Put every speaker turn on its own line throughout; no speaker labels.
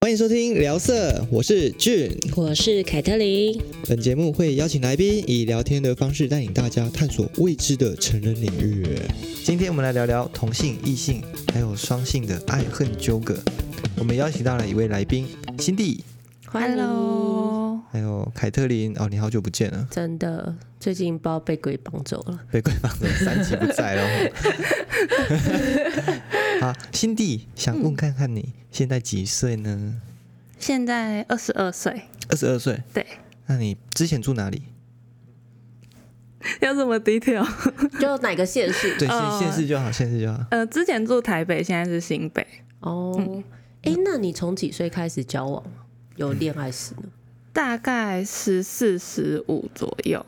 欢迎收听聊色，我是俊。
我是凯特琳，
本节目会邀请来宾以聊天的方式带领大家探索未知的成人领域。今天我们来聊聊同性、异性还有双性的爱恨纠葛。我们邀请到了一位来宾辛蒂，
欢迎
Hello，
还有凯特琳。哦，你好久不见 了，
真的，最近不知道被鬼绑走 了。
被鬼绑的三集不在了。好，辛蒂想问看看你现在几岁呢？
现在二十二岁，
二十二岁。
对，
那你之前住哪里？
要这么低调？
就哪个县市？
对，
哦
现现世就好，现世就好。
呃，之前住台北，现在是新北，
哦，
嗯
哎、那你从几岁开始交往？有恋爱史呢？
大概十四十五左右。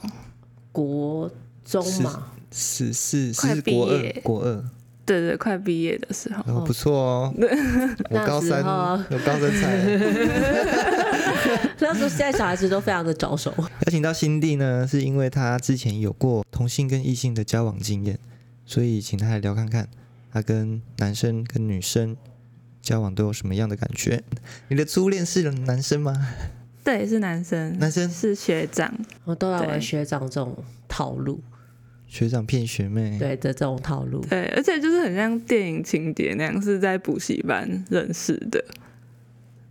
国中嘛，
十四
快
是
毕
国二
业，
国二，
对对，快毕业的时候，
然后不错哦。我
那
高
时
三
候
有高三才
那时候现在小孩子都非常的早熟。
邀请到新弟呢，是因为他之前有过同性跟异性的交往经验，所以请他来聊看看，他跟男生跟女生交往都有什么样的感觉？你的初恋是男生吗？
对，是男生，
男生
是学长，
我都来玩
对
学长这种套路，
学长骗学
嗯
妹，
对的这种套路。
对，而且就是很像电影情节那样，是在补习班认识的。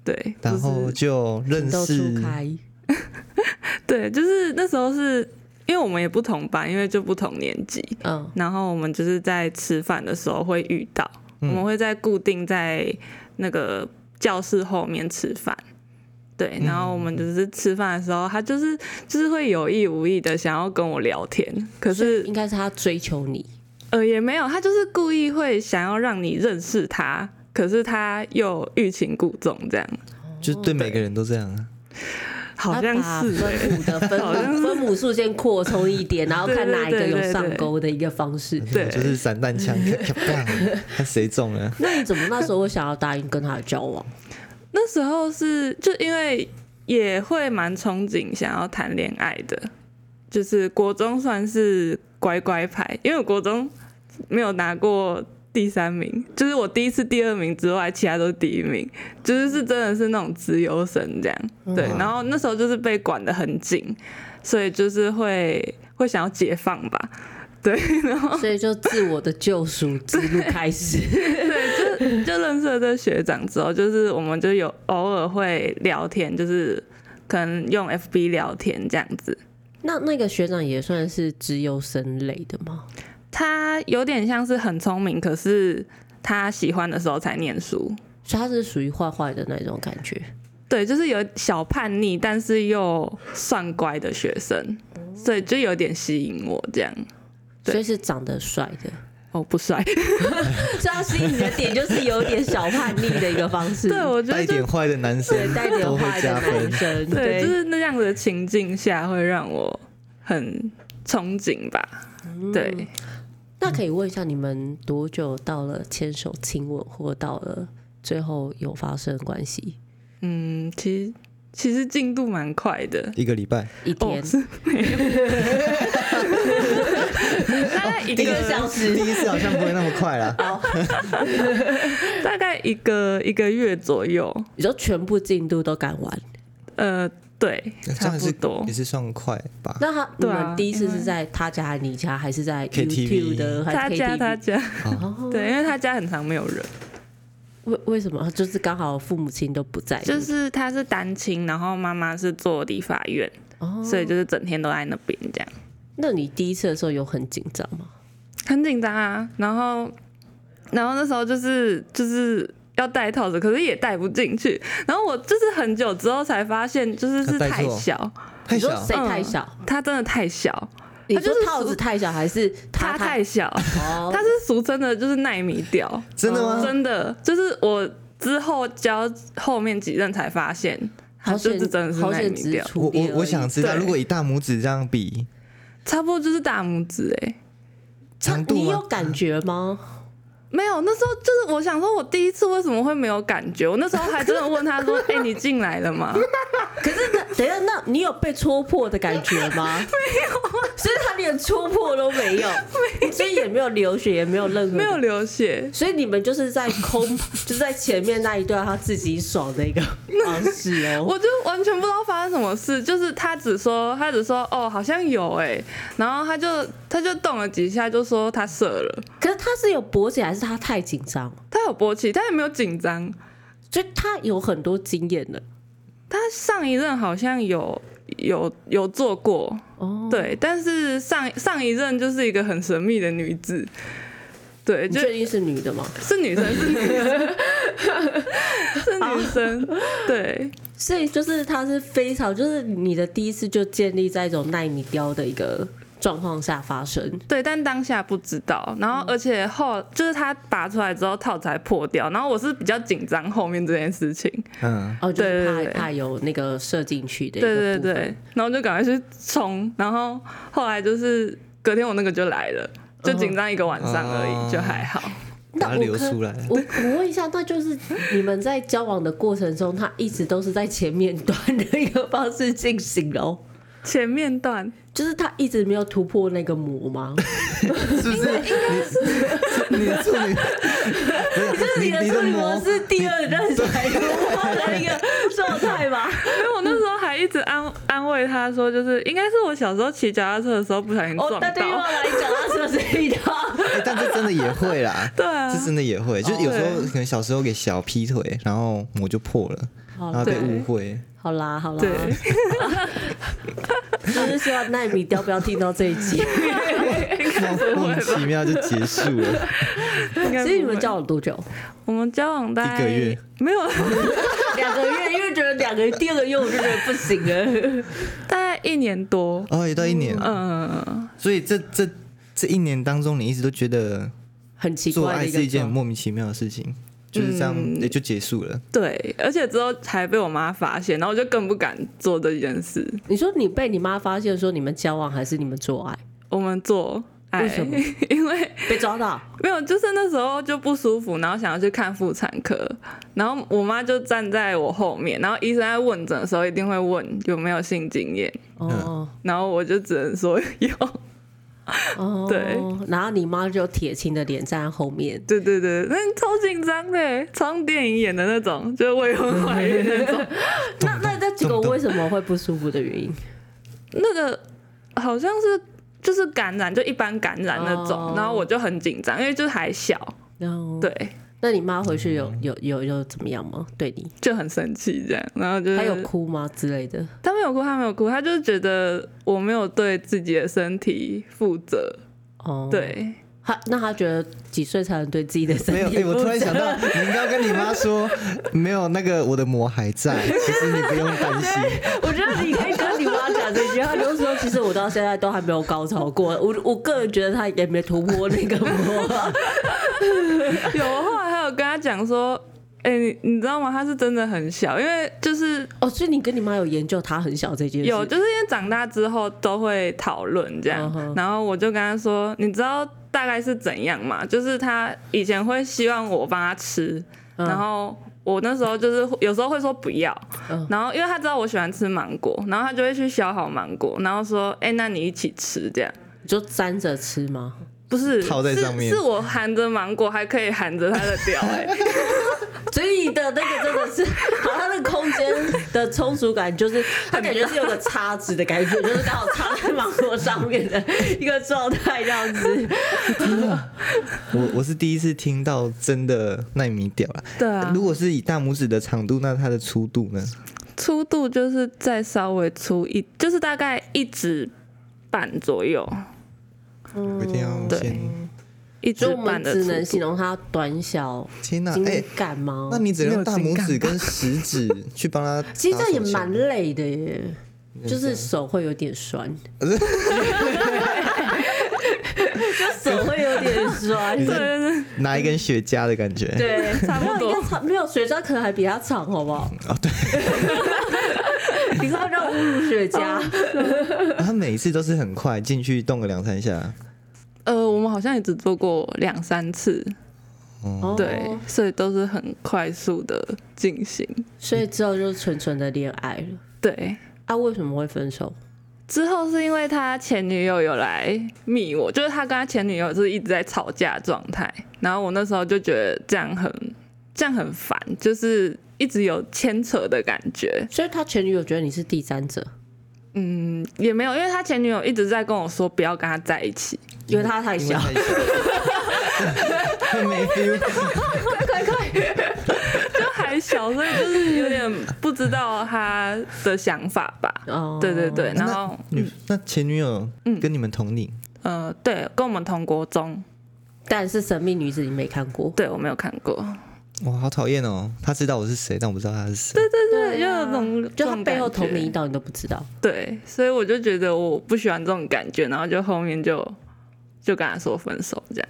对，
然后
就是
就认
情窦初
识，
开，
对，就是那时候是因为我们也不同班，因为就不同年级，
嗯，
然后我们就是在吃饭的时候会遇到，
嗯
我们会在固定在那个教室后面吃饭。对，然后我们就是吃饭的时候，他就是就是会有意无意的想要跟我聊天，可是
应该是他追求你，
呃也没有，他就是故意会想要让你认识他，可是他又欲擒故纵这样，
就是对每个人都这样啊。
好像是
他把
欸
分母的分
好像
母分母数先扩充一点，然后看哪一个
对对对
有上
对
钩的一个方式。
对
就是散弹枪，咔咔砰看谁中了。
那你怎么那时候会想要答应跟他交 往？
那时候是就因为也会蛮憧憬想要谈恋爱的，就是国中算是乖乖牌，因为我国中没有拿过第三名，就是我第一次第二名之外，其他都是第一名，就是是真的是那种自由生这样。对，然后那时候就是被管得很紧，所以就是会会想要解放吧。对，然后
所以就自我的救赎之路开始。
就认识了这学长之后，就是我们就有偶尔会聊天，就是可能用 FB 聊天这样子。
那那个学长也算是资优生类的吗？
他有点像是很聪明，可是他喜欢的时候才念书。
所以他是属于坏坏的那种感觉。
对，就是有小叛逆，但是又算乖的学生，所以就有点吸引我这样。对
所以是长得帅 的，
哦，不帅，
所以他吸引的点就是有点小叛逆的一个方 式，
对我觉
带
得
一
就
点坏的男生
对，带
都
点
会
坏的
加分
男。生，
对，
对，
就是那样子的情境下会让我很憧憬吧。对，
那可以问一下，你们多久到了牵手亲吻，或到了最后有发生关系？
嗯，其实其实进度蛮快的，
一个礼 拜，
一天
哦，、是没有，大概一
一个
个
小
第
时，
一次好像不会那么快啦。
大概一个一个月左右，
你说全部进度都赶完？
呃，对，
这
差
样
不
是
多
也。是算快吧？
那他你
对啊
们第一次是在他家、你家，还是在
KTV
YouTube 的？还
他
是
家
KTV？
他家，
哦，
对，因为他家很常没有人，
为为什么？就是刚好父母亲都不在，
就是他是单亲，然后妈妈是做理发院，
哦。
所以就是整天都在那边这样。
那你第一次的时候有很紧张吗？
很紧张啊，然后，然后那时候就是就是要戴套子，可是也戴不进去。然后我就是很久之后才发现，就是是
他戴
太
错
小，
太
你说
小
谁，
嗯
太小？
它真的太小，
你
他
说
就是
套子
俗
太小还是
它
他
太小，
哦？嗯
它是俗称的就是纳米屌，
真的吗？
真的就是我之后教后面几任才发现，它
好
就
险
是真的是
好
纳
险
米
只是
屌，
触
我
电而
我
已
我想知道，
对
如果以大拇指这样比，
差不多就是大拇指哎、
长度啊
你有
吗？
感觉 吗？
没有，那时候就是 我想说，我第一次为什么会没有感觉？我那时候还真的问他说：“哎、你进来了吗？”
可是那等一下，那你有被戳破的感觉 吗？没有，
啊
所以他连戳破都没有，所以也没有流血，也没有任何
没有。流血，
所以你们就是在 空，就是在前面那一段他自己爽的一个方式哦。
我就完全不知道发生什么事，就是他只说他只说哦好像有哎、然后他就他就动了几下就说他射了，
可是他是有勃起，还是他太紧张？
他有勃起，他也没有紧张，
所以他有很多经验的
他上一任好像有有有做过，
哦。
对，但是上上一任就是一个很神秘的女子，对，
你
就
确定是女的吗？
是 女生，是女生， 是女生，对
所以就是他是非常，就是你的第一次就建立在一种耐米雕的一个状况下发生。
对，但当下不知道，然后而且后就是他拔出来之后套子还破掉，然后我是比较紧张后面这件事情，
嗯，
哦，就是
对对
怕
对
怕有那个射进去的一个
对
部
对
分。
对，然后我就赶快去冲，然后后来就是隔天我那个就来了，就紧张一个晚上而
哦
嗯
已，就还好。
把它
那我
流
可
出来
我我问一下，那就是你们在交往的过程中，他一直都是在前面端的一个方式进行哦，
前面段
就是他一直没有突破那个膜吗？
是不是？你你的处女，
就是 你的
你
处女膜
膜
是第二任才突破的一个状态 吧？
因为我那时候还一直安安慰他说，就是应该是我小时候骑脚踏车的时候不小心
哦
撞，
那对又要
到，
来讲到这是一套。
哎但这真的也会 啦，
对啊
这，真的也
哦
会，就是有时候
对
可能小时候给小劈腿，然后膜就破了，
好
然后被
对
误会。
好啦，好啦，
对，
就是希望奈米雕不要听到这一 集。
莫名其妙就结束了，
应该
所以你
不
们
会
交往多久？
我们交往大
一
概
个月，
没有，
两个月，因为觉得两个第二个月我就觉得不行了。
大概一年多，
哦，也到一年，
嗯，
所以这这这一年当中，你一直都觉得
很奇
做
怪的
爱
一
是
个
一件很
状
莫名其妙的事情，就是这样
嗯
也就结束了。
对，而且之后还被我妈发现，然后我就更不敢做这件事。
你说你被你妈发现说你们交往还是你们做爱？
我们做爱，
为什么
因为
被抓到？
没有，就是那时候就不舒服，然后想要去看妇产科，然后我妈就站在我后面，然后医生在问诊的时候一定会问有没有性经验，
哦
然后我就只能说 有。
哦，
对。
然后你妈就铁青的脸站在后面，
对对对，那超紧张的，超像电影演的那种，就是 未婚怀孕那种。
那那那结果
懂懂
为什么会不舒服的原因？
那个好像是就是感染，就一般感染那种。
哦
然后我就很紧张，因为就是还小，
然后，
对，
那你妈回去有
嗯
有有有怎么样吗？对你，
就很生气这样。然后就是
她有哭吗之类的？
他没有哭，他没有哭，他就是觉得我没有对自己的身体负责。
哦，，
对，
她那她觉得几岁才能对自己的身
没有，哎、
体
我
负
突然
责
想到，你应该要跟你妈说， 没有那个我的膜还 在，其实你不用担心。
我觉得你可以跟你妈讲这句话，就是说，其实我到现在都还没有高潮过，我我个人觉得他也没突破那个啊 膜。
有我后来还有跟他讲说。哎、你你知道吗？他是真的很小，因为就是
哦，所以你跟你妈有研究她很小这件事？
有，就是因为长大之后都会讨论这样
嗯哼
然后我就跟他说，你知道大概是怎样嘛？就是他以前会希望我帮他吃，
嗯
然后我那时候就是会有时候会说不要，
嗯
然后因为他知道我喜欢吃芒果，然后他就会去削好芒果，然后说，哎、那你一起吃这样。
你就粘着吃吗？
不是
套在上面
是，是我含着芒果还可以含着它的 屌、哎，
所以你的那个真的是， 好，它的空间的充足感就是，它感觉是有个叉子的感觉，就是刚好插在芒果上面的一个状态这样子。
我我是第一次听到真的纳米屌啦。
对啊
如，果是以大拇指的长度，那它的粗度呢？
粗度就是再稍微粗一，就是大概一指半左右，
嗯
我一定要
对
先。
一
所以
指
我
半
们
的
只能
粗
形
度。
容它短小
天哪、
精
哎、
干吗？
那你只能用大
没有
拇指
情感
跟食指去帮它打手枪。
其实这样也蛮累的耶，就是手会有 点酸，就手会有点酸。
你
对
在
对对，
拿一根雪茄的感觉。
对，
差不
没
多
有应该差没有雪茄可能还比它长，好不好？
哦，对，
你知道让侮辱雪茄，
他每一次都是很快进去动个两三下。
呃，我们好像也只做过两三次，
哦，
对
哦，
所以都是很快速的进行。
所以之后就纯纯的恋爱了。
对，
啊，为什么会分手？
之后是因为他前女友有来密我，就是他跟他前女友是一直在吵架的状态，然后我那时候就觉得这样很这样很烦，就是一直有牵扯的感觉。
所以他前女友觉得你是第三者，
嗯，也没有，因为他前女友一直在跟我说不要跟他在一起，
因为他太
因为
小，
太没 feel。
就还小，所以就是有点不知道他的想法吧。
哦，
对对对，然后
嗯那前女友跟你们同龄，
呃，对，跟我们同国中，
但是《神秘女子》你没看过，
对我没有看过，
我好讨厌哦。他知道我是谁，但我不知道他是谁。
对对，
对
就
啊
有种
就他背后
同
同你一刀你都不知道。
对，所以我就觉得我不喜欢这种感觉，然后就后面就就跟他说分手这样。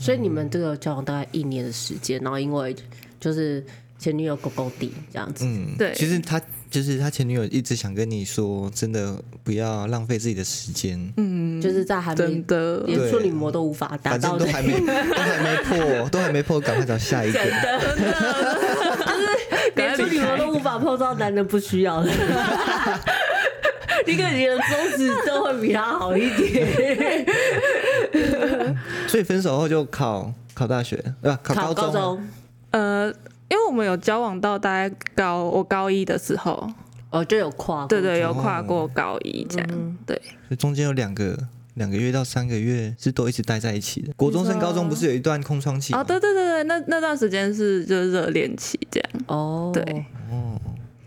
所以你们这个交往大概一年的时间，然后因为就是前女友狗狗地这样子，
嗯，
对
其实他就是他前女友一直想跟你说，真的不要浪费自己的时间，
嗯，
就是在还没
真的，
对
连处女膜都无法达
反正
到
都
的，
还没都还没破，都还没破，赶快找下一个。
连处女膜都无法碰到男人不需要的。一个你的中指都会比他好一点，
所以分手后就考考大学，对吧？考高
考高
中啊。
中
呃，因为我们有交往到大概高我高一的时候，
哦就有跨过
对对，有跨过高一这样，
嗯
对，
所以啊中间有两个两个月到三个月是都一直待在一起的。国中升高中不是有一段空窗期吗
哦，对对对对，那那段时间是就是热恋期这样，
哦
对。
哦，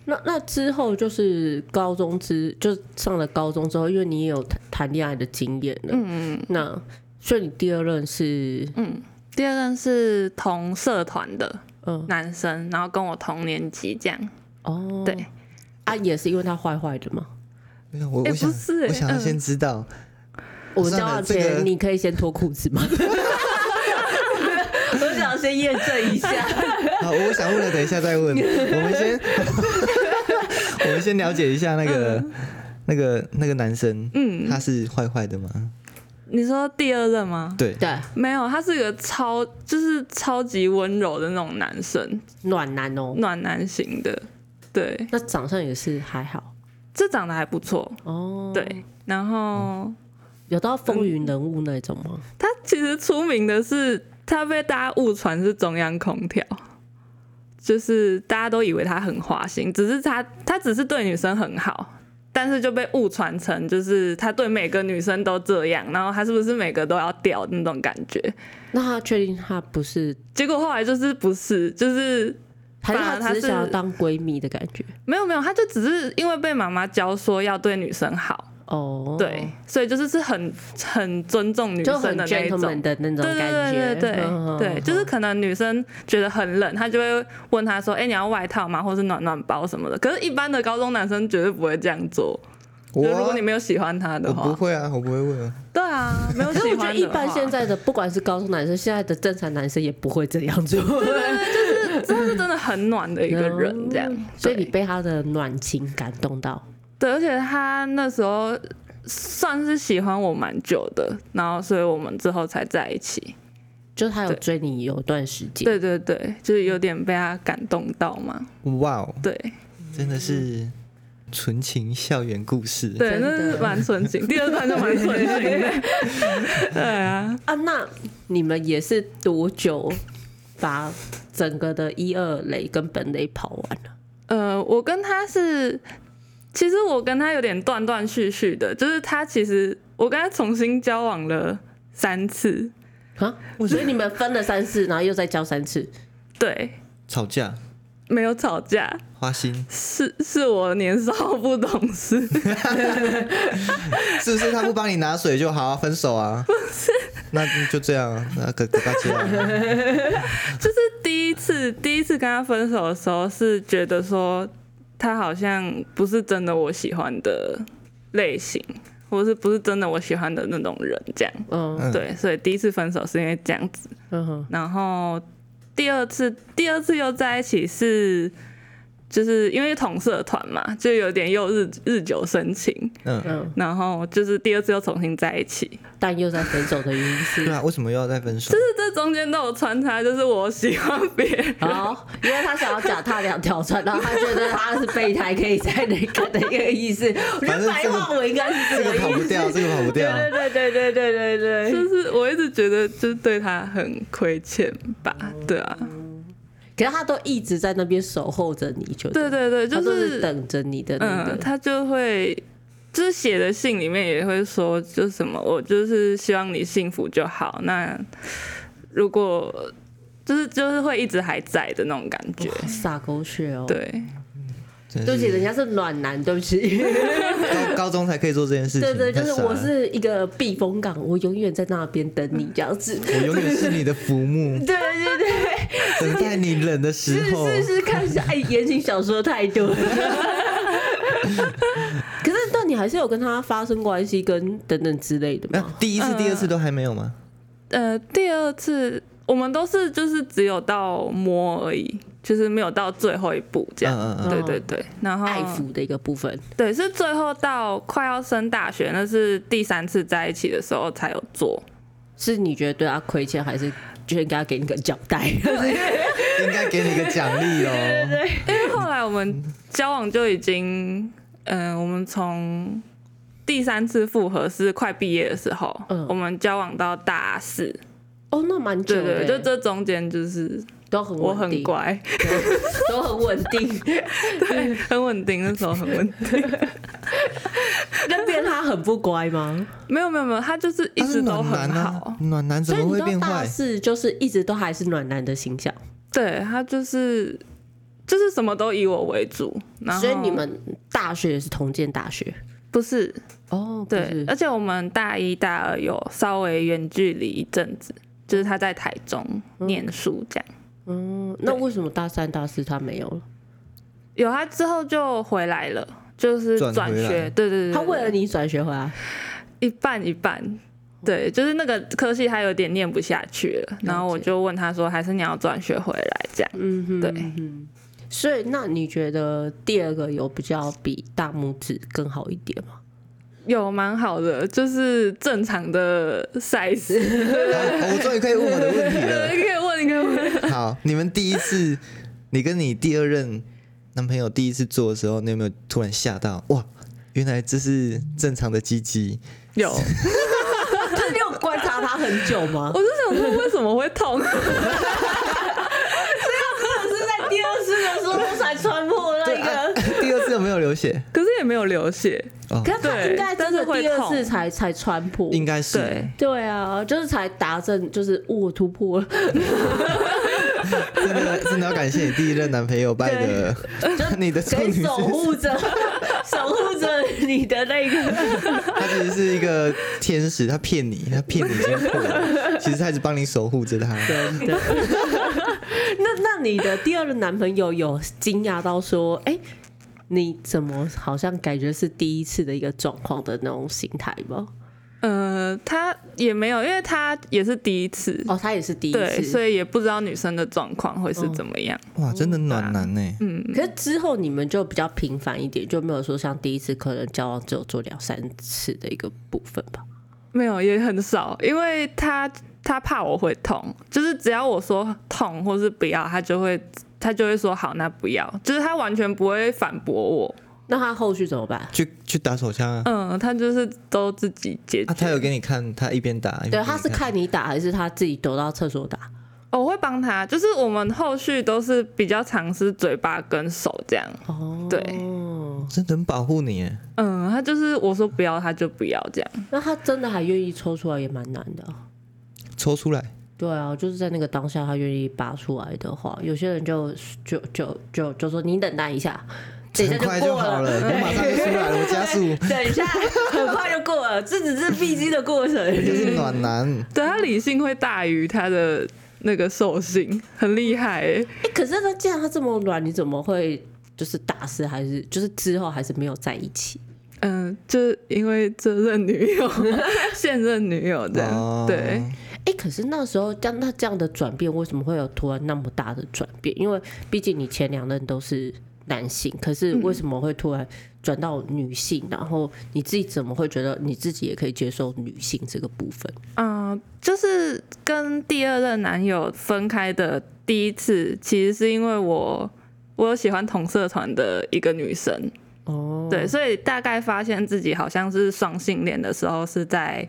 那那之后就是高中之，就上了高中之后，因为你也有谈谈恋爱的经验了，
嗯，
那所以你第二任是
第二任是同社团的
嗯
男生，然后跟我同年级这样，
哦，
对，
啊，也是因为他坏坏的嘛。
没有我
哎
我想
不是哎
我想要先知道，
我们交往
算了啊这个
前，你可以先脱裤子吗？ 我想先验证一下，
好，我想问了，等一下再 问。我们先， 我们先了解一下那个、那个那个男生，
嗯
他是坏坏的吗？
你说第二任吗？
对，
对，
没有，他是一个超就是超级温柔的那种男生，
暖男哦。
暖男型的。对，
那长相也是还好
这长得还不错。
哦，
对，然后
有到风云人物那种吗？
他其实出名的是他被大家误传是中央空调，就是大家都以为他很花心，只是他他只是对女生很好。但是就被误传成就是他对每个女生都这样，然后他是不是每个都要掉那种感觉？
那他确定他不是，
结果后来就是不是，就是
还是
反而
他
他
只是
是
想要当闺蜜的感觉？
没有没有，他就只是因为被妈妈教说要对女生好，
哦，
对，，所以就是是很很尊重女
就
生
很
的那一种。
gentleman 的那种
对
感觉，
对对对对
嗯
对，就是可能女生觉得很冷，她就会问他说：“哎、你要外套吗？或是暖暖包什么的？”可是，一般的高中男生绝对不会这样做。就
我
如果你没有喜欢他的
我不
话，
会啊，我不会问啊。
对啊，没有
可是
喜
我觉得
欢
一
的话
般现在的，不管是高中男生，现在的正常男生也不会这样做。
真的是真的很暖 的一个人，这样
嗯。 所以你
对
被他的暖情感动到，
对，而且他那时候算是喜欢我蛮久的，然后所以我们之后才在一起。
就是他有
对
追你有段时间。
对对对，就是有点被他感动到嘛。
哇哦，
对
真的是纯情校园故事。
对，
真
那
的
是蛮纯 情，第二段就蛮纯情的。对啊，
啊，那你们也是多久把整个的一二垒跟本垒跑完了？
呃，我跟他是，其实我跟他有点断断续续的，就是他其实我跟他重新交往了三次，
啊，所以你们分了三次，然后又再交三次，
对，
吵架，
没有吵架，
花心，
是是我年少不懂事。
是不是他不帮你拿水就好啊？分手 啊？不是，那就这样啊，那个给大家啊。
就是第一次第一次跟他分手的时候，是觉得说他好像不是真的我喜欢的类型，或是不是真的我喜欢的那种人，这样。
嗯
嗯
对，所以第一次分手是因为这样子，
嗯哼，
然后第二次第二次又在一起是就是因为同社团嘛，就有点又日日久生情，
嗯，
嗯，
然后就是第二次又重新在一起，
但又在分手的原因是
对啊，为什么又要再分手
就？是这中间都有穿插，就是我喜欢别人，
哦，因为他想要脚踏两条船，然后他觉得他是备胎，可以在那个的一 个意思。我觉
反
得
正
白
这个
话文应该是
这
个
个
意
跑不
思。
掉，这个跑不掉。
对对对对对对对对。
就是我一直觉得就是对他很亏欠吧，
哦
对啊，
可是他都一直在那边守候着你，就
对对对，就
他都是等着你的那个。
嗯，他就会就是写的信里面也会说，就是什么我就是希望你幸福就好。那如果就是就是会一直还在的那种感觉，
哇撒狗血哦！，
对
真
对
的
不
是
起，人家是暖男，对不起。
高高中才可以做这件事情。
对对，就
太
是
傻
我
了
是一个避风港，我永远在那边等你这样子。
我永远是你的浮 木，
对对对，
等待你冷的时候。
是是是，看一下哎，言情小说太多 了。可是，但你还是有跟他发生关系，跟等等之类的
那
吗？
第一次、第二次都还没有吗？
呃，第二次我们都是就是只有到摸而已，就是没有到最后一步这样。
嗯嗯嗯
对对对，然后
爱抚的一个部分，
对是最后到快要升大学，那是第三次在一起的时候才有做。
是你觉得对他亏欠，还是觉得应该给你个交代？
应该给你个奖励哦。
因为后来我们交往就已经，嗯、我们从第三次复合是快毕业的时候，
嗯
我们交往到大四，
哦，那蛮久
对
的
对，
欸，
就这中间就是
都很
我
稳
很
定，
乖，
对 都很稳 定。
很稳定，那时候很稳定，
那边他很不乖吗？
没有没有没有，他就是一
他是
直都
暖
很
男
好
啊，，暖男怎
所以
么会
你到
变
大
坏？
四就是一直都还是暖男的形象，
对他就是就是什么都以我为主，然后
所以你们大学也是同建大学
不是
哦，不
对
是，
而且我们大一大二有稍微远距离一阵子，就是他在台中念书这样。
嗯，那为什么大三大四他没有了？
有他之后就回来了，就是
转
转
回来
学，对对
嗯
对，对
他为了你转学回来，
一半一半，对，就是那个科系他有点念不下去了，然后我就问他说，还是你要转学回来这样？
嗯哼，
对
嗯哼。所以，那你觉得第二个有比较比大拇指更好一点吗？
有蛮好的，就是正常的 size，
啊我终于可以问我的问题
可
了。
以问，可以问。
好，你们第一次，你跟你第二任男朋友第一次做的时候，你有没有突然吓到？哇，原来这是正常的鸡鸡。
有，
你有观察他很久吗
我？就想说为什么会痛？
是在第二次的时候才穿破那
啊，第二次有没有流血？
可是也没有流血，
哦，
啊可是他应该真的第二次才才穿破，
应该是。
对，
对啊，就是才达成，就是哦我突 破了，
真的真的要感谢你第一任男朋友，拜的，你的 处
可以
女之
守护着 守护着你的那个，
他其实是一个天使，他骗你，他骗你已经破了，其实他一直帮你守护着他。
真的。那那你的第二任男朋友有惊讶到说，哎、你怎么好像感觉是第一次的一个状况的那种心态吗？
呃，他也没有，因为他也是第一次，
哦，他也是第一
对，
次，哦
所以也不知道女生的状况会是怎么样。
哇，真的暖男欸呢。
嗯
可是之后你们就比较频繁一点，就没有说像第一次可能交往只有做两三次的一个部分吧？
没有，也很少，因为他他怕我会痛，就是只要我说痛或是不要，他就会他就会说好，那不要，就是他完全不会反驳我。
那他后续怎么办？
去去打手枪啊！
嗯，他就是都自己解决。
啊，他有给你看，他一边打，一边给
对，
你
他是看你打还是他自己躲到厕所打？
哦我会帮他，就是我们后续都是比较尝试嘴巴跟手这样。
哦，
对
真的很保护你耶。
嗯，他就是我说不要，他就不要这样。
那他真的还愿意抽出来也蛮难的。
抽出来，
对啊，就是在那个当下，他愿意拔出来的话，有些人就就就就就说你忍耐一下，等一下
很快
过
好了，我
对
马上就出来了，我加 速。
等一下，很快就过了，这只是必经的过程。
就是暖男，
对他理性会大于他的那个兽性，很厉害、欸。
哎、可是他既然他这么软，你怎么会就是打死还是就是之后还是没有在一起？
嗯，就是因为这任女友、现任女友这样，
哦
对，
哎、可是那时候这样，那这样的转变为什么会有突然那么大的转变？因为毕竟你前两任都是男性，可是为什么会突然转到女性？然后你自己怎么会觉得你自己也可以接受女性这个部分？
嗯、就是跟第二任男友分开的第一次，其实是因为我我有喜欢同社团的一个女生，
哦，
对，所以大概发现自己好像是双性恋的时候是在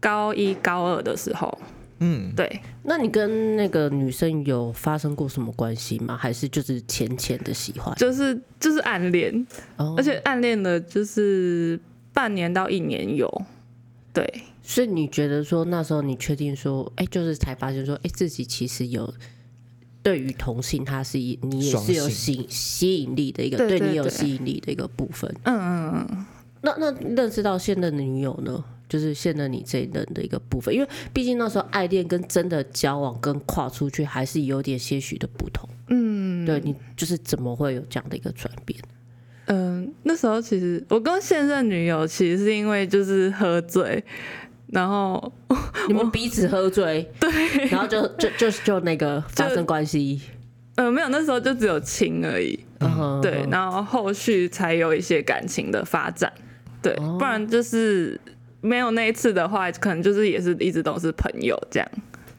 高一高二的时候，
嗯，
对，
那你跟那个女生有发生过什么关系吗？还是就是浅浅的喜欢？
就是就是暗恋，
哦
而且暗恋了就是半年到一年有，对，
所以你觉得说那时候你确定说，哎、就是才发现说，哎、自己其实有对于同性，他是一你也
双
是有吸
性
引吸引力的一个，
对对
你有
对
吸引力的一个部分。
嗯嗯嗯嗯，
那那认识到现任的女友呢，就是现任你这一任的一个部分，因为毕竟那时候爱恋跟真的交往跟跨出去还是有点些许的不同。嗯，对你就是怎么会有这样的一个转变？
嗯，那时候其实我跟现任女友其实是因为就是喝醉，然后
你们彼此喝醉，对，然后就就就就那个发生关系，
呃没有，那时候就只有亲而已，
嗯哼
对，然后后续才有一些感情的发展，对，
哦
不然就是没有那一次的话，可能就是也是一直都是朋友这样，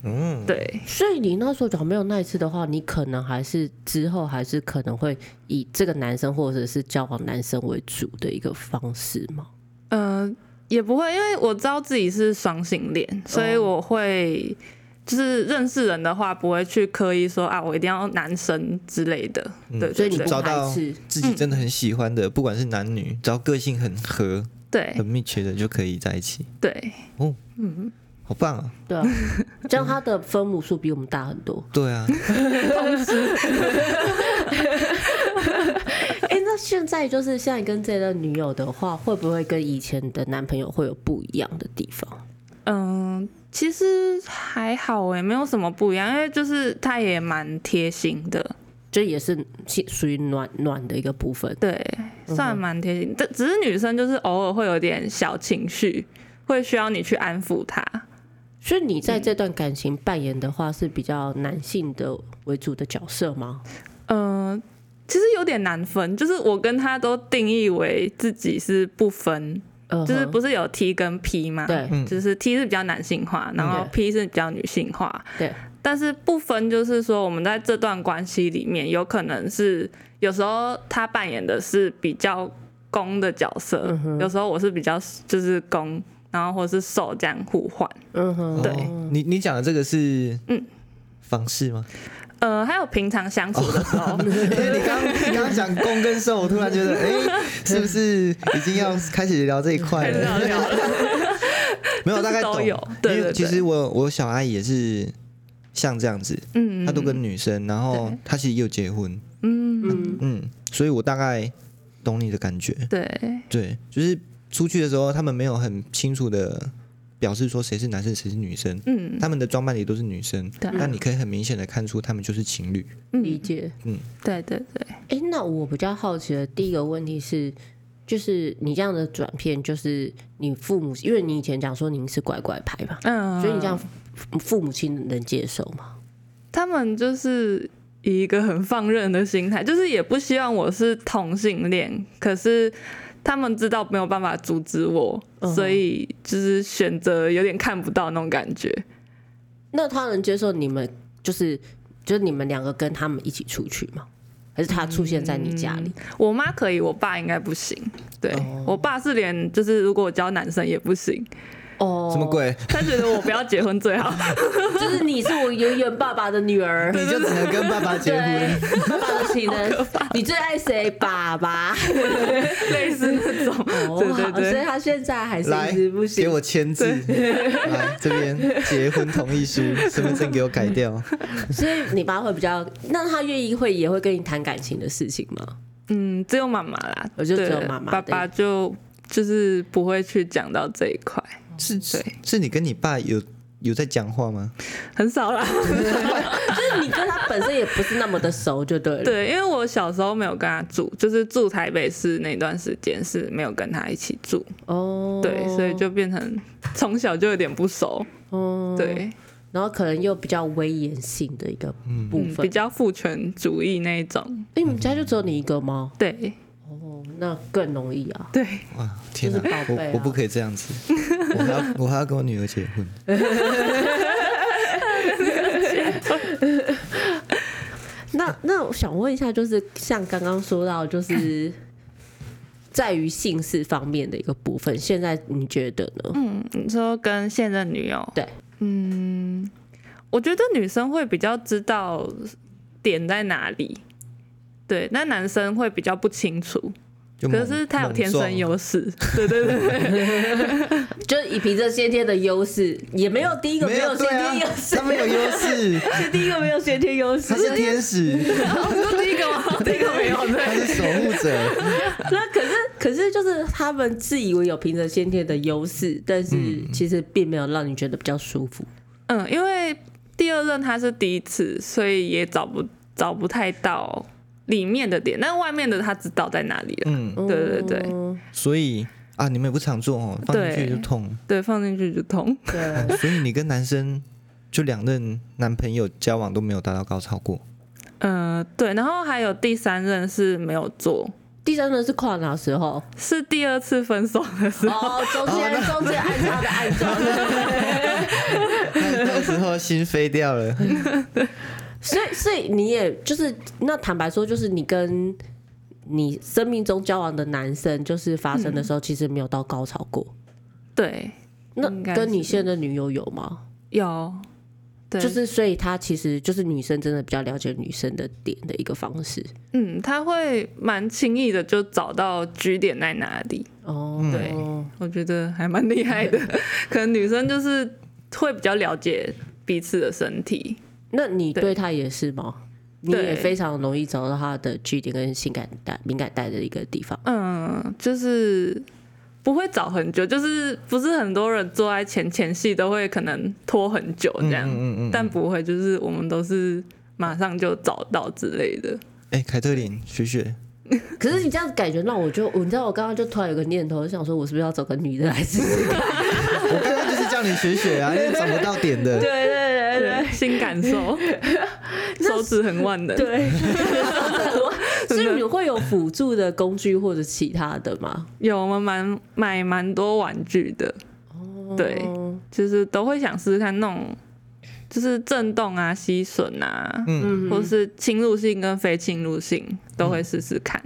嗯，
对，
所以你那时候讲没有那一次的话，你可能还是之后还是可能会以这个男生或者是交往男生为主的一个方式嘛？
嗯、也不会，因为我知道自己是双性恋，所以我会。就是认识人的话，不会去刻意说啊，我一定要男生之类的，对，
所以你
对
不
找到
排斥
自己真的很喜欢的，不管是男女，只要个性很合、
对
哎
很密切的，就可以在一起。
对，
哦
嗯
好棒啊！
对啊，这样他的分母数比我们大很 多。
对啊，
嗯
哎、那现在就是现在跟这任女友的话，会不会跟以前的男朋友会有不一样的地方？
嗯，其实还好诶，没有什么不一样，因为就是他也蛮贴心的，
这也是其属于暖暖的一个部分。
对，算蛮贴心。这只是女生就是偶尔会有点小情绪，会需要你去安抚她。
所以你在这段感情扮演的话，是比较男性的为主的角色吗？
嗯，其实有点难分，就是我跟他都定义为自己是不分，
呃
就是不是有 T 跟 P
嗯
嘛？
对
嗯
就是 T 是比较男性化，然后
嗯
P 是比较女性化。
对，
但是不分，就是说我们在这段关系里面，有可能是有时候他扮演的是比较攻的角色，
嗯
有时候我是比较就是攻，然后或是受这样互换。
嗯哼，
对
哦你你讲的这个是嗯方式吗？
呃，还有平常相处的时候，
哦
因为你刚你刚刚讲攻跟受，我突然觉得，哎，是不是已经要开始聊这一
哎
块
很
了？
热 聊了。
没有，大概
就是都
懂
有对
因为
对
其
对
实我我小阿姨也是像这样子，
嗯，
她都跟女生，然后
对
她其实也有结婚，
嗯，
嗯，所以我大概懂你的感觉。
对
对，就是出去的时候，他们没有很清楚的表示说谁是男生谁是女生，
嗯
他们的装扮里都是女生，
对
但你可以很明显的看出他们就是情侣。
理
嗯，
解。
对对对，
哎、那我比较好奇的第一个问题是，就是你这样的转变，就是你父母，因为你以前讲说您是乖乖牌嘛，
嗯，
所以你这样父父母亲能接受吗？
他们就是以一个很放任的心态， 就是也不希望我是同性恋，可是他们知道没有办法阻止我，
嗯哼
所以就是选择有点看不到那种感觉。
那他能接受你们，就是就是你们两个跟他们一起出去吗？还是他出现在你家里？
我妈可以，我爸应该不行。对、
哦
我爸是连就是如果我教男生也不行，
哦，
什么？ 鬼？
他觉得我不要结婚最好。
就是你是我永远爸爸的女儿，
你就只能跟爸爸结婚？
对，爸爸的情人，你最爱谁？爸爸。
类似那种。
哦，
对对
好
对
所以他现在还是
来
一直不，
给
行。
我签字。来这边结婚同意书，身份证给我改 掉。
所以你爸会比较，那他愿意会也会跟你谈感情的事情吗？
嗯，只有妈妈啦，
我就只有
对
妈妈
爸
对
爸就就是不会去讲到这一块，
是是
对，
是你跟你爸有有在讲话吗？
很少啦。
就是你跟他本身也不是那么的熟，就对了。
对，因为我小时候没有跟他住，就是住台北市那段时间是没有跟他一起住，
哦，
对，所以就变成从小就有点不熟，
哦，
对，
然后可能又比较威严性的一个部
嗯，
分。
比较父权主义那一种，
哎、你们家就只有你一个吗？
对
哦，那更容易啊。
对，
哇，天哪、
就是宝贝啊
我我不可以这样 子，我还要我还要跟我女儿结婚，
那那我想问一下，就是像刚刚说到， 就是在于姓氏方面的一个部分，现在你觉得呢？
嗯，你说跟现任女友，
对，
嗯，我觉得女生会比较知道点在哪里，对，那男生会比较不清楚，
就
可
猛
是他有天生，
猛
优势，对对对，
就是以凭着先天的优势，也没有第一个
撞
没
没
有先
对
天优
啊，
势，
他们有优势，
第一个没有先天优势
他，是天使，
就第一个 吗？第一个没有，
他
对，
是守护者，
那可是可是就是他们自以为有凭着先天的优势，但是其实并没有让你觉得比较舒服。
嗯，因为第二任他是第一次，所以也找不找不太到里面的点，但外面的他知道在哪里了，
嗯，
对对对
嗯
所以啊，你们也不常做哦，放进去就痛，
对，放进去就通，
对，
所以你跟男生就两任男朋友交往都没有达到高潮过，
嗯，对，然后还有第三任是没有做，
第三轮是跨哪时 候？
是第二次分手的时候。
哦，中间中间按照的按照，
那那时候心飞掉了，
所以所以你也就是那坦白说，就是你跟你生命中交往的男生，就是发生的时候，
嗯
其实没有到高潮过。
对，
那
应该是
跟你现任女友有吗？
有，对，
就是，所以他其实就是女生真的比较了解女生的点的一个方式。
嗯，他会蛮轻易的就找到据点在哪里，
哦，
对我觉得还蛮厉害的。 可能女生就是会比较了解彼此的身体，
那你
对
对他也是吗？你
对
也非常容易找到他的据点跟性感带、敏感带的一个地方。
嗯，就是不会找很久，就是不是很多人做爱前前戏都会可能拖很久这
嗯
样，
嗯嗯嗯
但不会，就是我们都是马上就找到之类的。
哎，凯特琳，雪雪，
可是你这样子感觉让我就，我你知道我刚刚就突然有个念头，就想说我是不是要找个女的来试试看？
我刚刚就是叫你雪雪啊，你找不到点的，
对对
对，新感 受，手指很万能。
对 对，所以你会有辅助的工具或者其他的吗？
有我们蛮买蛮多玩具的，对
哦
就是都会想试试看那种，就是震动啊、吸吮啊，
嗯，
或是侵入性跟非侵入性都会试试看。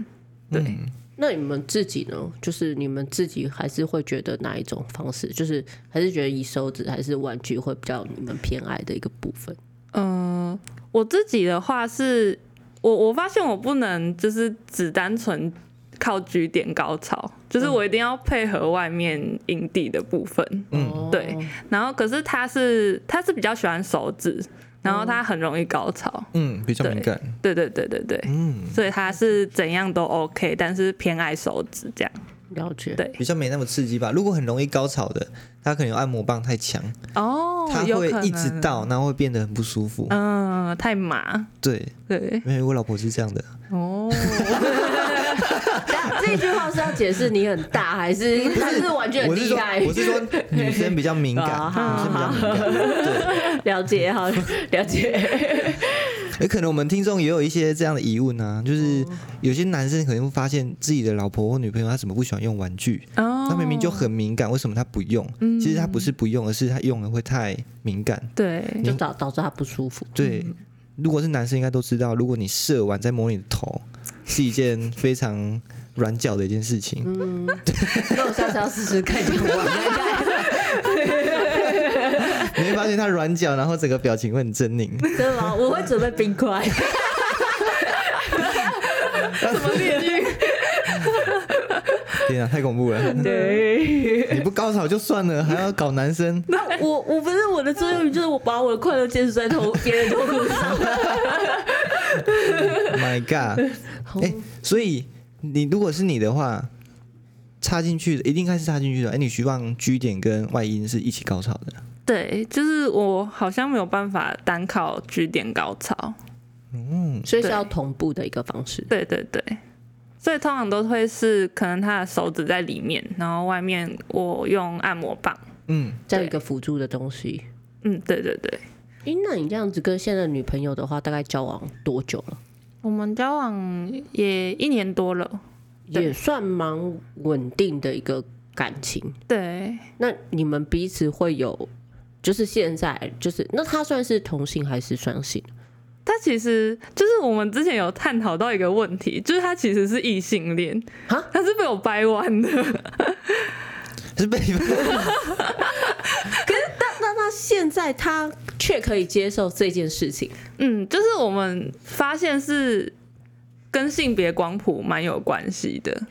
对
嗯
那你们自己呢？就是你们自己还是会觉得哪一种方式？就是还是觉得以手指还是玩具会比较你们偏爱的一个部分？
嗯、我自己的话是，我我发现我不能就是只单纯靠据点高潮，就是我一定要配合外面营地的部分。
嗯，
对然后可是他是他是比较喜欢手指，然后他很容易高潮。
嗯，比较
对
敏感，
对对对对对，
嗯，
所以他是怎样都 OK，但是偏爱手指这样。
了解。
对，
比较没那么刺激吧。如果很容易高潮的，他可能有按摩棒太强，
哦
他会一直。到，然后会变得很不舒服。
嗯，太麻。
对，
对，
因为我老婆是这样的，
哦，
但 这句话是要解释你很大，还是还是完全
我
很
是
厉
说
害？
我是说女生比较 敏
啊
感，女
好
生比较敏感。对，
了解，好了解。
也可能我们听众也有一些这样的疑问啊，
哦
就是有些男生可能会发现自己的老婆或女朋友她怎么不喜欢用玩具，
哦
她明明就很敏感，为什么她不用？
嗯
其实她不是不用，而是她用了会太敏感。
对，
就导导致他不舒服。
对，如果是男生应该都知道，如果你射完再摸你的头，是一件非常软脚的一件事情。
嗯那我下次要试试看，我
你会发现他软脚，然后整个表情会很狰狞。
真的吗？我会准备冰 块。
什么炼狱？
天啊，太恐怖了！
对，
你不高潮就算了，还要搞男生，
我我不是我的座右铭，就是我把我的快乐建筑在头别人 头骨上。
My God！哎、
哦
嗯
所以你如果是你的话，插进去的一定该是插进去的。哎、你希望 G 点跟外阴是一起高潮的。
对，就是我好像没有办法单靠据点高潮。
所以是要同步的一个方式。
对对对，所以通常都会是可能他的手指在里面，然后外面我用按摩棒。
嗯，
这样一个辅助的东西。
嗯，对对对，
诶，那你这样子跟现在女朋友的话，大概交往多久了？
我们交往也一年多了，对
也算蛮稳定的一个感情。
对，
那你们彼此会有，就是现在就是，那他算是同性还是双性？
他其实就是我们之前有探讨到一个问题，就是他其实是异性恋
哈，
他是被我掰弯的。
是被
那那现在他却可以接受这件事情，
嗯，就是我们发现是跟性别光谱蛮有关系的，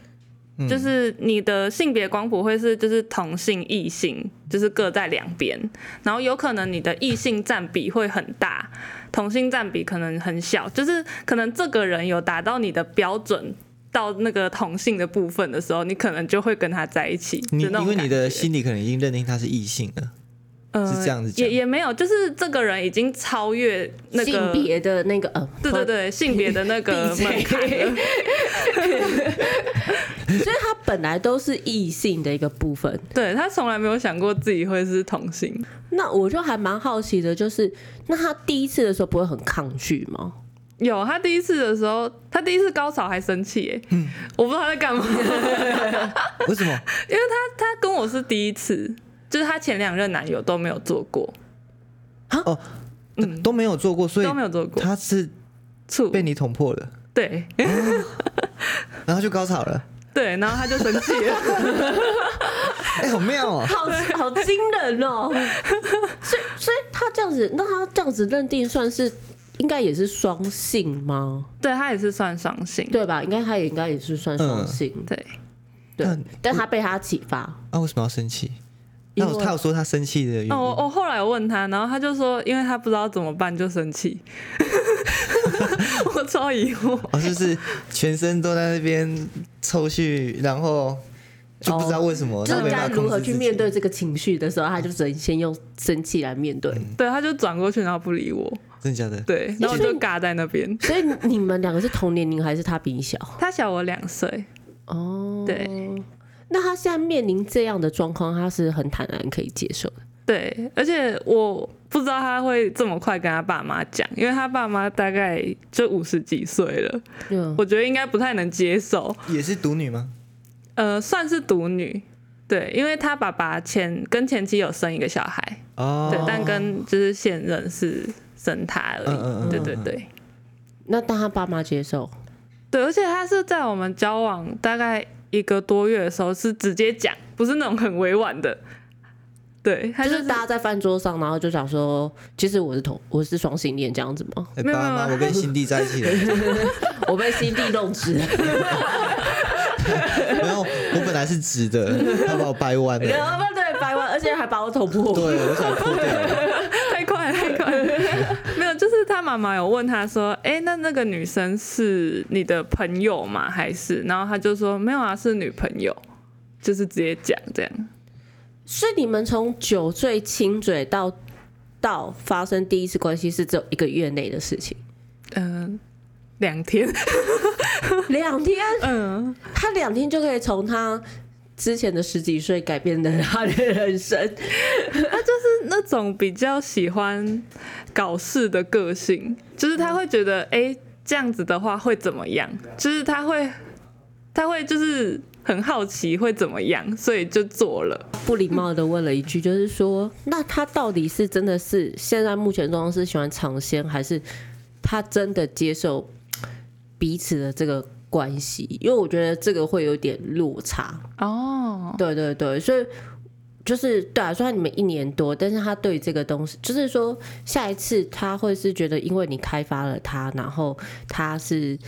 嗯
就是你的性别光谱会是就是同性异性，就是各在两边，然后有可能你的异性占比会很大，同性占比可能很小，就是可能这个人有达到你的标准。到那个同性的部分的时候，你可能就会跟他在一起。
你，
就那种
因为你的
感觉
心里可能已经认定他是异性 了，
呃
是这样子讲
也也没有，就是这个人已经超越那个
性别的那个呃，
对对对，性别的那 个
闭
门槛
嘴
了，
所以他本来都是异性的一个部分。
对他从来没有想过自己会是同性，
那我就还蛮好奇的，就是那他第一次的时候不会很抗拒吗？
有他第一次的时候，他第一次高潮还生气耶，
嗯
我不知道他在干嘛，
为什么？
他跟我是第一次，就是他前两任男友都没有做过，
哦，都没有做过，所以
嗯都没有做过
他是
处，
被欸你捅破了，
对嗯
然后就高潮了，
对，然后他就生气 了，
哎，好妙 哦！
好好惊人 哦！所以所以他这样子，那他这样子认定算是应该也是双性吗？
对他也是算双性，
对吧？应该他也应该也是算双性，
对，
那
对。但他被他启发，
啊，为什么要生气？
因
那
为
我他有说他生气的原因，
哦，我我后来有问他，然后他就说，因为他不知道怎么办就生气， 我超疑惑，
哦，就是全身都在那边抽搐，然后就不知道为什
哦
么，
就
然
是
后没
该
办法
如
控
何
制
去
自己
面对这个情绪的时候，他就只能先用生气来面对。
嗯
对，他就转过去然后不理我，
真的假的？
对，然后我就尬在那边。
所以你们两个是同年龄还是他比你小？
他小我两岁，
哦，
对。
那他现在面临这样的状况，他是很坦然可以接受的。
对，而且我不知道他会这么快跟他爸妈讲，因为他爸妈大概就五十几岁了，
嗯，
我觉得应该不太能接受。
也是独女吗？
呃，算是独女，对，因为他爸爸前跟前妻有生一个小孩，
哦，
对，但跟就是现任是生他
嗯
而
嗯
已，
嗯
对
嗯
对
嗯
对。
那当他爸妈接受，
对，而且他是在我们交往大概一个多月的时候是直接讲，不是那种很委婉的。对，他
就
就是
大家在饭桌上，然后就想说，其实我是同我是双性恋这样子吗？
哎
没有
爸
没有
妈，
没有
我跟辛蒂在一起了，
我被心地弄直了，
然后我本来是直的，他把我掰弯了，
然后 对白完，而且还把我捅
对
破。
我想破掉了，
太快了太 快了，没有，就是他妈妈有问他说：“哎、那那个女生是你的朋友吗？还是？”然后他就说：“没有啊，是女朋友。”就是直接讲这样。
所以你们从酒醉亲嘴到到发生第一次关系，是只有一个月内的事情，
嗯、两天，
两天，
嗯，
他两天就可以从他之前的十几岁改变了他的人生。
是那种比较喜欢搞事的个性，就是他会觉得，哎、这样子的话会怎么样？就是他会，他会就是很好奇会怎么样，所以就做了。
不礼貌的问了一句，就是说，那他到底是真的是现在目前状况是喜欢尝鲜，还是他真的接受彼此的这个关系？因为我觉得这个会有点落差。
哦，
对对对，所以就是对啊，虽然你们一年多，但是他对这个东西，就是说下一次他会是觉得，因为你开发了他，然后他是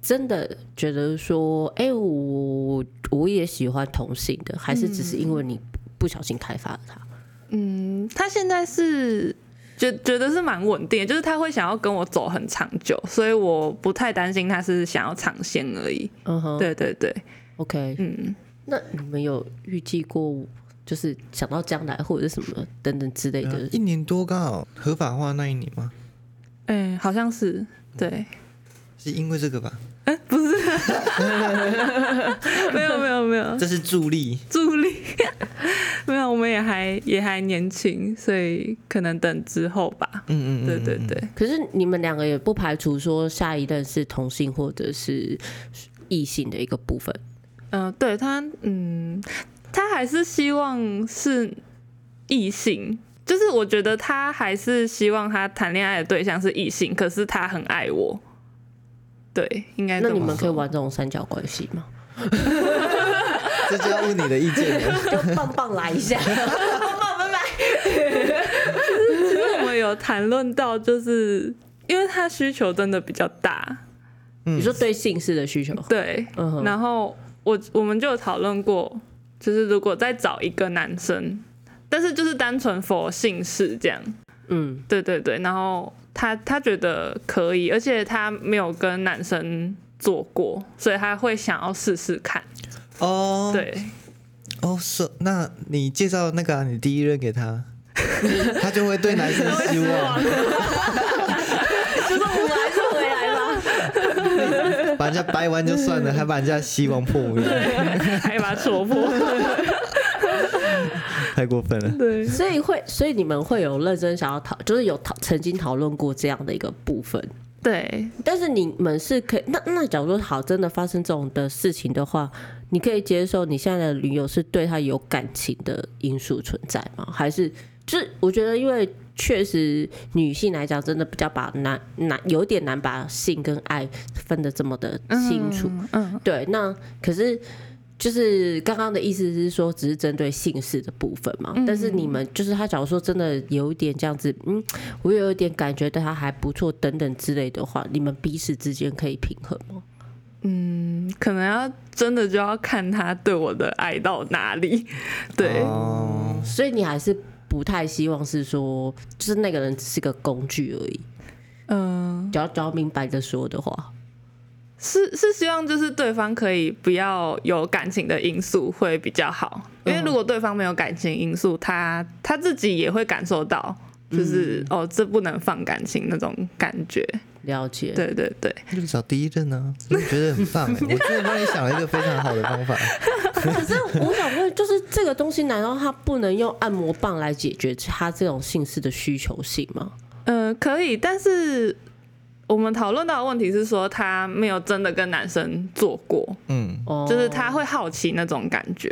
真的觉得说，哎、我我也喜欢同性的，还是只是因为你不小心开发了他？
嗯，他现在是觉觉得是蛮稳定的，就是他会想要跟我走很长久，所以我不太担心他是想要尝鲜而已。
嗯哼，
对对对，
，OK，
嗯，
那你们有预计过？就是想到将来或者是什么等等之类的，
一年多刚好合法化那一年吗？
哎、好像是对。
是因为这个吧？
没有没有没有， 啊
这是助力，
助力，没有，我们也还还也还年轻，所以可能等之后吧。
嗯嗯嗯，
对对
嗯，
对，
可是你们两个也不排除说下一任是同性或者是异性的一个部分，
嗯、对他，嗯，他还是希望是异性，就是我觉得他还是希望他谈恋爱的对象是异性，可是他很爱我。对，应该
那
这
你
么
们可以
说
玩这种三角关系吗？
这就要问你的意见了。
就棒棒来一下，棒棒拜拜。
其实我们有谈论到，就是因为他需求真的比较大，
你说对性氏的需求，
对，
嗯哼
然后我我们就有讨论过，就是如果再找一个男生，但是就是单纯否姓氏这样，
嗯，
对对对，然后他他觉得可以，而且他没有跟男生做过，所以他会想要试试看，
哦，，
对，
哦是，那你介绍那个、啊、你第一任给他，他就会对男生失望，
就是我还是回来吧。
把人家掰弯就算了，还把人家希望破灭，
还把它戳破，
太过分了。
对，
所以会，所以你们会有认真想要讨，就是有讨曾经讨论过这样的一个部分。
对，
但是你们是可以，那那假如说好真的发生这种的事情的话，你可以接受你现在的女友是对她有感情的因素存在吗？还是就是我觉得，因为确实女性来讲，真的比较把难难有点难把性跟爱分得这么的清楚。
嗯嗯，
对，那可是就是刚刚的意思是说，只是针对姓氏的部分嘛。但是
嗯
你们就是他，假如说真的有一点这样子，嗯，我有一点感觉对他还不错，等等之类的话，你们彼此之间可以平衡吗？
嗯可能要真的就要看他对我的爱到哪里，对，
哦，
所以你还是不太希望是说，就是那个人只是个工具而已。
嗯。
只要只要明白的说的话，
是是希望就是对方可以不要有感情的因素会比较好，因为如果对方没有感情因素，他他自己也会感受到，就是、哦这不能放感情那种感觉。
了解。
对对对，
那就找第一任呢、啊，我觉得很棒哎，我真的帮你想了一个非常好的方法。
可是我想问，就是这个东西，难道它不能用按摩棒来解决它这种姓氏的需求性吗？
呃，可以，但是我们讨论到的问题是说他没有真的跟男生做过，
嗯，
哦，
就是他会好奇那种感觉，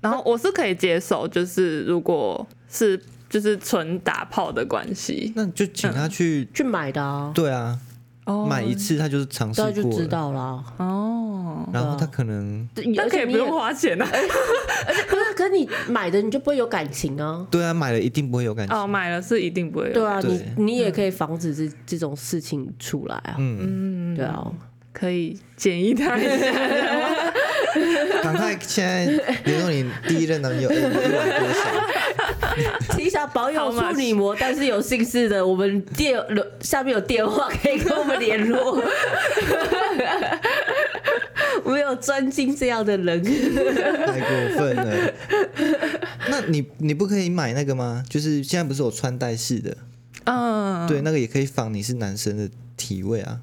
然后我是可以接受，就是如果是就是纯打炮的关系，
那就请他去，
去买的啊，
对啊，
哦
买一次他就是尝试
大家啊就
过
知
了，
道 啦。
哦，
然后他可能，
那
而
可
且
以
你也
不用花钱啊。
不是，可是啊你买的你就不会有感情啊。
对啊，买了一定不会有感情。
哦，买了是一定不会有。
对啊，你
对
你也可以防止这这种事情出来啊。
嗯，
对啊，
可以建议他一 下。
赶快现在联络你第一任男友，哎、你一晚多少？
其实啊保有
How much？
处女膜，但是有姓氏的，我们电下面有电话可以跟我们联络。 我们有专精这样的人，
太过分 了。那你你不可以买那个吗？就是现在不是有穿戴式的，
嗯，
对，那个也可以仿你是男生的体位啊。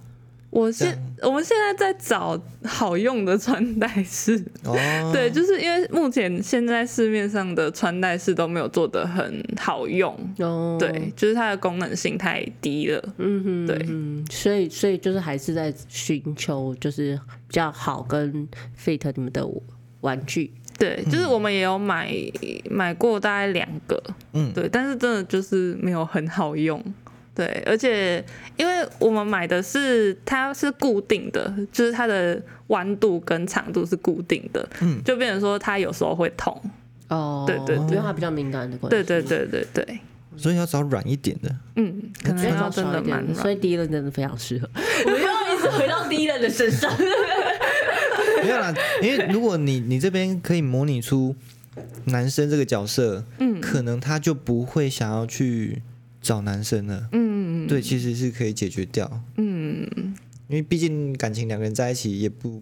我
这
现我们现在在找好用的穿戴式。
哦，
对，就是因为目前现在市面上的穿戴式都没有做的很好用。
哦，
对，，就是它的功能性太低了。
嗯哼，
对
嗯，所以所以就是还是在寻求就是比较好跟 fit 你们的玩具，
对，就是我们也有买买过大概两个，
嗯，
对，但是真的就是没有很好用。对，而且因为我们买的是它是固定的，就是它的弯度跟长度是固定的，
嗯
就变成说它有时候会痛。
哦，
对对对
因为它比较敏感的关系，
对对对对对，
所以要找软一点的。
嗯，可能
所以
要
嗯
真
少
的
一
蛮
点，所
软。
以第一任真的非常适合。我们又一直回到第一任的身上，
没有啦，因为如果你你这边可以模拟出男生这个角色，
嗯
可能他就不会想要去找男生了。
嗯
对，其实是可以解决掉，
嗯，
因为毕竟感情两个人在一起也不，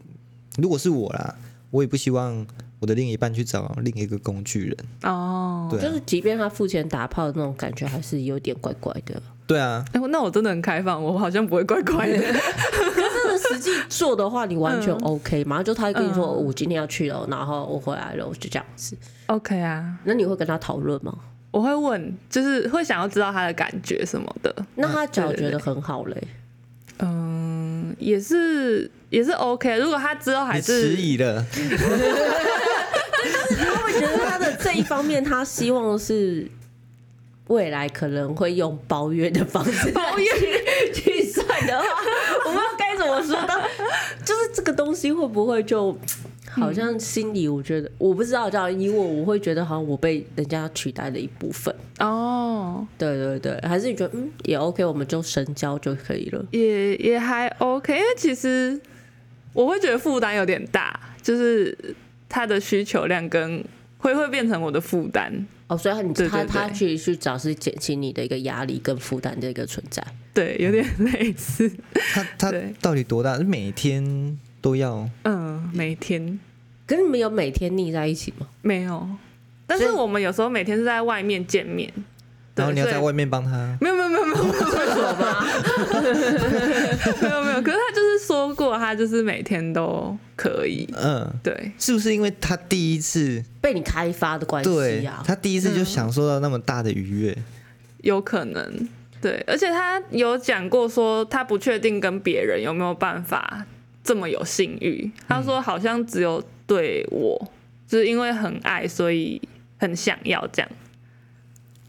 如果是我啦，我也不希望我的另一半去找另一个工具人。
哦，
对啊
就是即便他付钱打炮的那种感觉，还是有点怪怪的。
对啊，
哎、那我真的很开放，我好像不会怪怪的。
真的实际做的话，你完全
嗯
OK 嘛？就他会跟你说，
嗯
哦我今天要去了，然后我回来了，我就这样子。
OK 啊，
那你会跟他讨论吗？
我会问，就是会想要知道他的感觉什么的。
那他假如
对对
觉得很好嘞，
嗯，也是也是 OK。如果啊他之后还
你迟
是
疑了，
我觉得他的这一方面，他希望是未来可能会用包月的方式
抱怨，
去算的话，我不知道该怎 么说。但就是这个东西会不会就嗯好像心里，我觉得我不知道，这样以我我会觉得好像我被人家取代的一部分。
哦，
对对对，还是你觉得嗯也 OK，我们就深交就可以了。
也也还 OK，因为其实我会觉得负担有点大，就是他的需求量跟会会变成我的负担。
哦，所以他你
对对
他
对
他去去找是减轻你的一个压力跟负担的一个存在。
对，有点类似，
他他
对
到底多大？每天都要
嗯，每天
可是你们有每天腻在一起吗？
没有，但是
所以
我们有时候每天是在外面见面，对
然后你要
所以
在外面帮他，
没有没有没有没有没有没有，可是他就是说过，他就是每天都可以，
嗯，
对，
是不是因为他第一次
被你开发的关系
对
啊，
他第一次就享受到那么大的愉悦？
有可能，对，而且他有讲过说他不确定跟别人有没有办法这么有性欲，他说好像只有对我，就是因为很爱，所以很想要这样，
嗯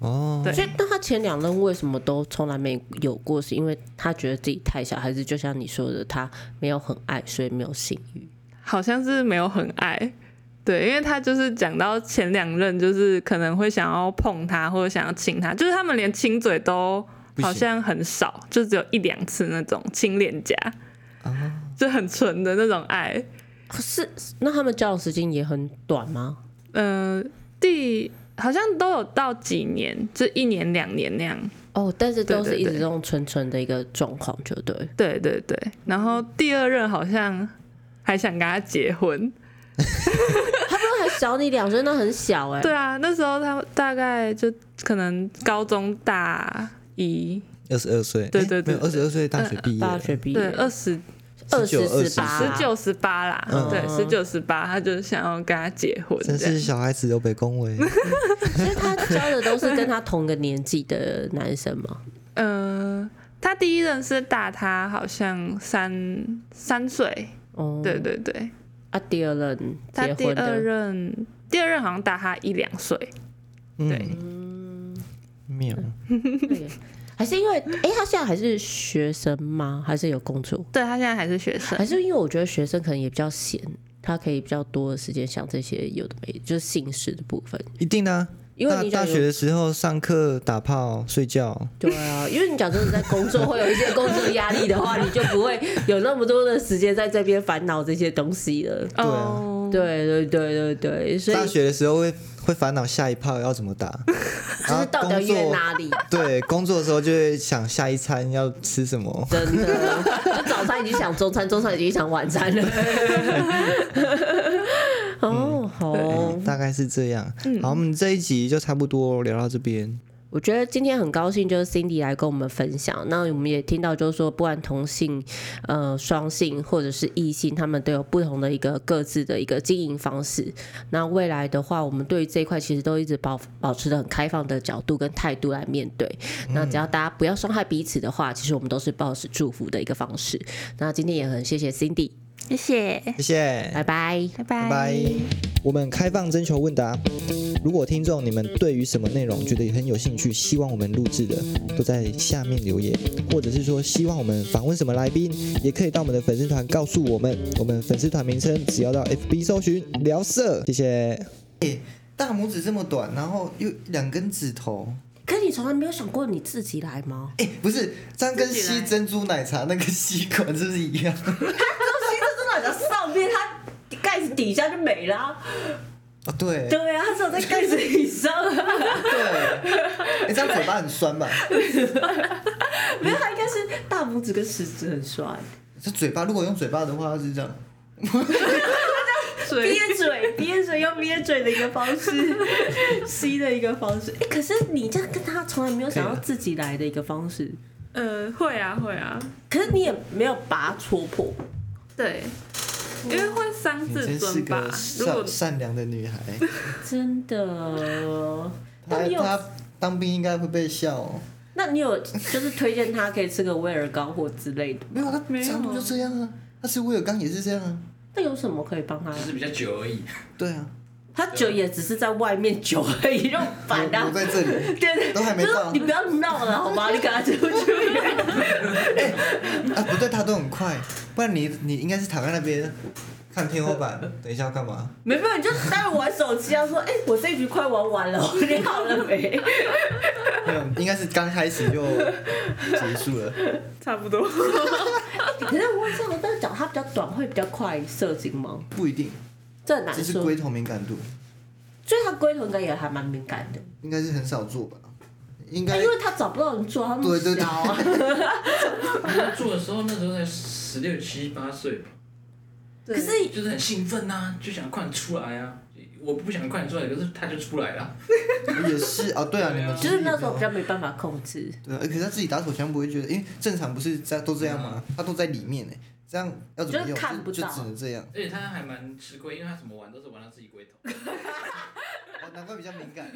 哦，
对
所以那他前两任为什么都从来没有过？是因为他觉得自己太小，还是就像你说的，他没有很爱，所以没有性欲？
好像是没有很爱。对，因为他就是讲到前两任，就是可能会想要碰他或者想要亲他，就是他们连亲嘴都
不行
好像很少，就只有一两次那种亲脸颊，
啊，
就很纯的那种爱。
是那他们交往时间也很短吗？
嗯、第好像都有到几年，就一年两年那样。
哦，但是都
对
是
对
一直
对
这种纯纯的一个状况，就对。
对对对，然后第二任好像还想跟他结婚。
他不是还小你两岁，那很小哎、
对啊，那时候他大概就可能高中大一，
二十二岁，
对对
诶没有
对
二十二岁大学毕业，
呃大学毕业，
对，二十
二
19
十十八，
啊
十九十八啦，
嗯
对，十九十八，他就想要跟他结婚
真
这
是
样。
小孩子有北恭 维。
所以他交的都是跟他同个年纪的男生吗？
嗯、他第一任是大他好像三三岁，
哦，
对对对，
啊，第二任
他
结
第
婚
二
的，
任第二任好像大他一两岁，对
嗯，妙，
对还是因为哎、他现在还是学生吗？还是有工作？
对他现在还是学生
还，是因为我觉得学生可能也比较闲，他可以比较多的时间想这些有的没的，就是姓氏的部分。
一定的啊。
因为
大
你
大
想
学
有
的时候上课打炮睡觉，
对啊，因为你讲真的在工作会有一些工作压力的话，你就不会有那么多的时间在这边烦恼这些东西了。
啊
哦，
对对对对对，所以
大学的时候会会烦恼下一炮要怎么打， 然
就是
后
到底要
工
约
作
哪里？
对工作的时候就会想下一餐要吃什么。
真 的，就早餐已经想中餐，中餐已经想晚餐 了。哦，好哦
嗯
嗯
大概是这样。好，我们这一集就差不多聊到这边。
我觉得今天很高兴，就是 Cindy 来跟我们分享。那我们也听到，就是说，不管同性、呃双性或者是异性，他们都有不同的一个各自的一个经营方式。那未来的话，我们对于这一块其实都一直保保持着很开放的角度跟态度来面对。那只要大家不要伤害彼此的话，其实我们都是保持祝福的一个方式。那今天也很谢谢 Cindy，
谢谢，
谢谢，
拜拜。
拜
拜拜
拜。我们开放征求问答，如果听众你们对于什么内容觉得很有兴趣，希望我们录制的，都在下面留言，或者是说希望我们访问什么来宾，也可以到我们的粉丝团告诉我们。我们粉丝团名称只要到 FB 搜寻聊色，谢谢。大拇指这么短，然后又两根指头，
可你从来没有想过你自己来吗？
哎、不是，这样跟
自己来
吸珍珠奶茶那个吸管是不是一样？
真的，在上面它盖子底下就没了、啊
哦，对对，
对啊，它只有在盖子以上啊，
哎、这样嘴巴很酸吧？
没有，它应该是大拇指跟食指很帅，
这嘴巴如果用嘴巴的话是这样，
水
憋嘴，憋嘴用憋嘴的一个方 式，吸的一个方式。哎、可是你这样跟他从来没有想要自己来的一个方式，
呃，会啊，会啊，
可是你也没有把它戳破，
对，因为会伤
你
自
真是
尊吧
个。
如果
善善良的女孩，
真的。那
她
你有，
她当兵应该会被笑、哦。
那你有就是推荐他可以吃个威尔刚或之类的，
没有，她
没有
长度就这样啊，她吃威尔刚也是这样啊。
那有什么可以帮他
只？是比较久而已。
对啊，
他酒也只是在外面酒而已，就
我
烦
我
啊。
在这里。
对对，
都还没
就是
到
你不要闹了，好 吗？你赶快出去。
啊，不对，他都很快，不然你你应该是躺在那边看天花板，等一下要干嘛？
没有，你就待会玩手机啊，说哎、我这一局快玩完了， 你好了没？
没有，应该是刚开始就结束了。
差不多，
可是我问这样，但是脚它比较短，会比较快射精吗？
不一定，
这很难
这是
说。
龟头敏感度，
所以它龟头应该也还蛮敏感的，
应该是很少做吧？应
它
该
哎因为它找不到人做，它那么
对对对
小啊。
做的时候那时候才十六七八岁吧，
可是
就是很兴奋呐、就想快点出来啊。我不想快点出来，可是他就出来了。
也是啊，对啊，你们
就是那时候比较没办法控制，
对啊，可是他自己打手枪不会觉得，因为正常不是在都这样吗？他都在里面呢，这样要怎么
嗯就
用？
是看不
就就
到
只能这样。
而且他还蛮吃亏，因为他怎么玩都是玩到自己龟头。
哦，难怪比较敏感。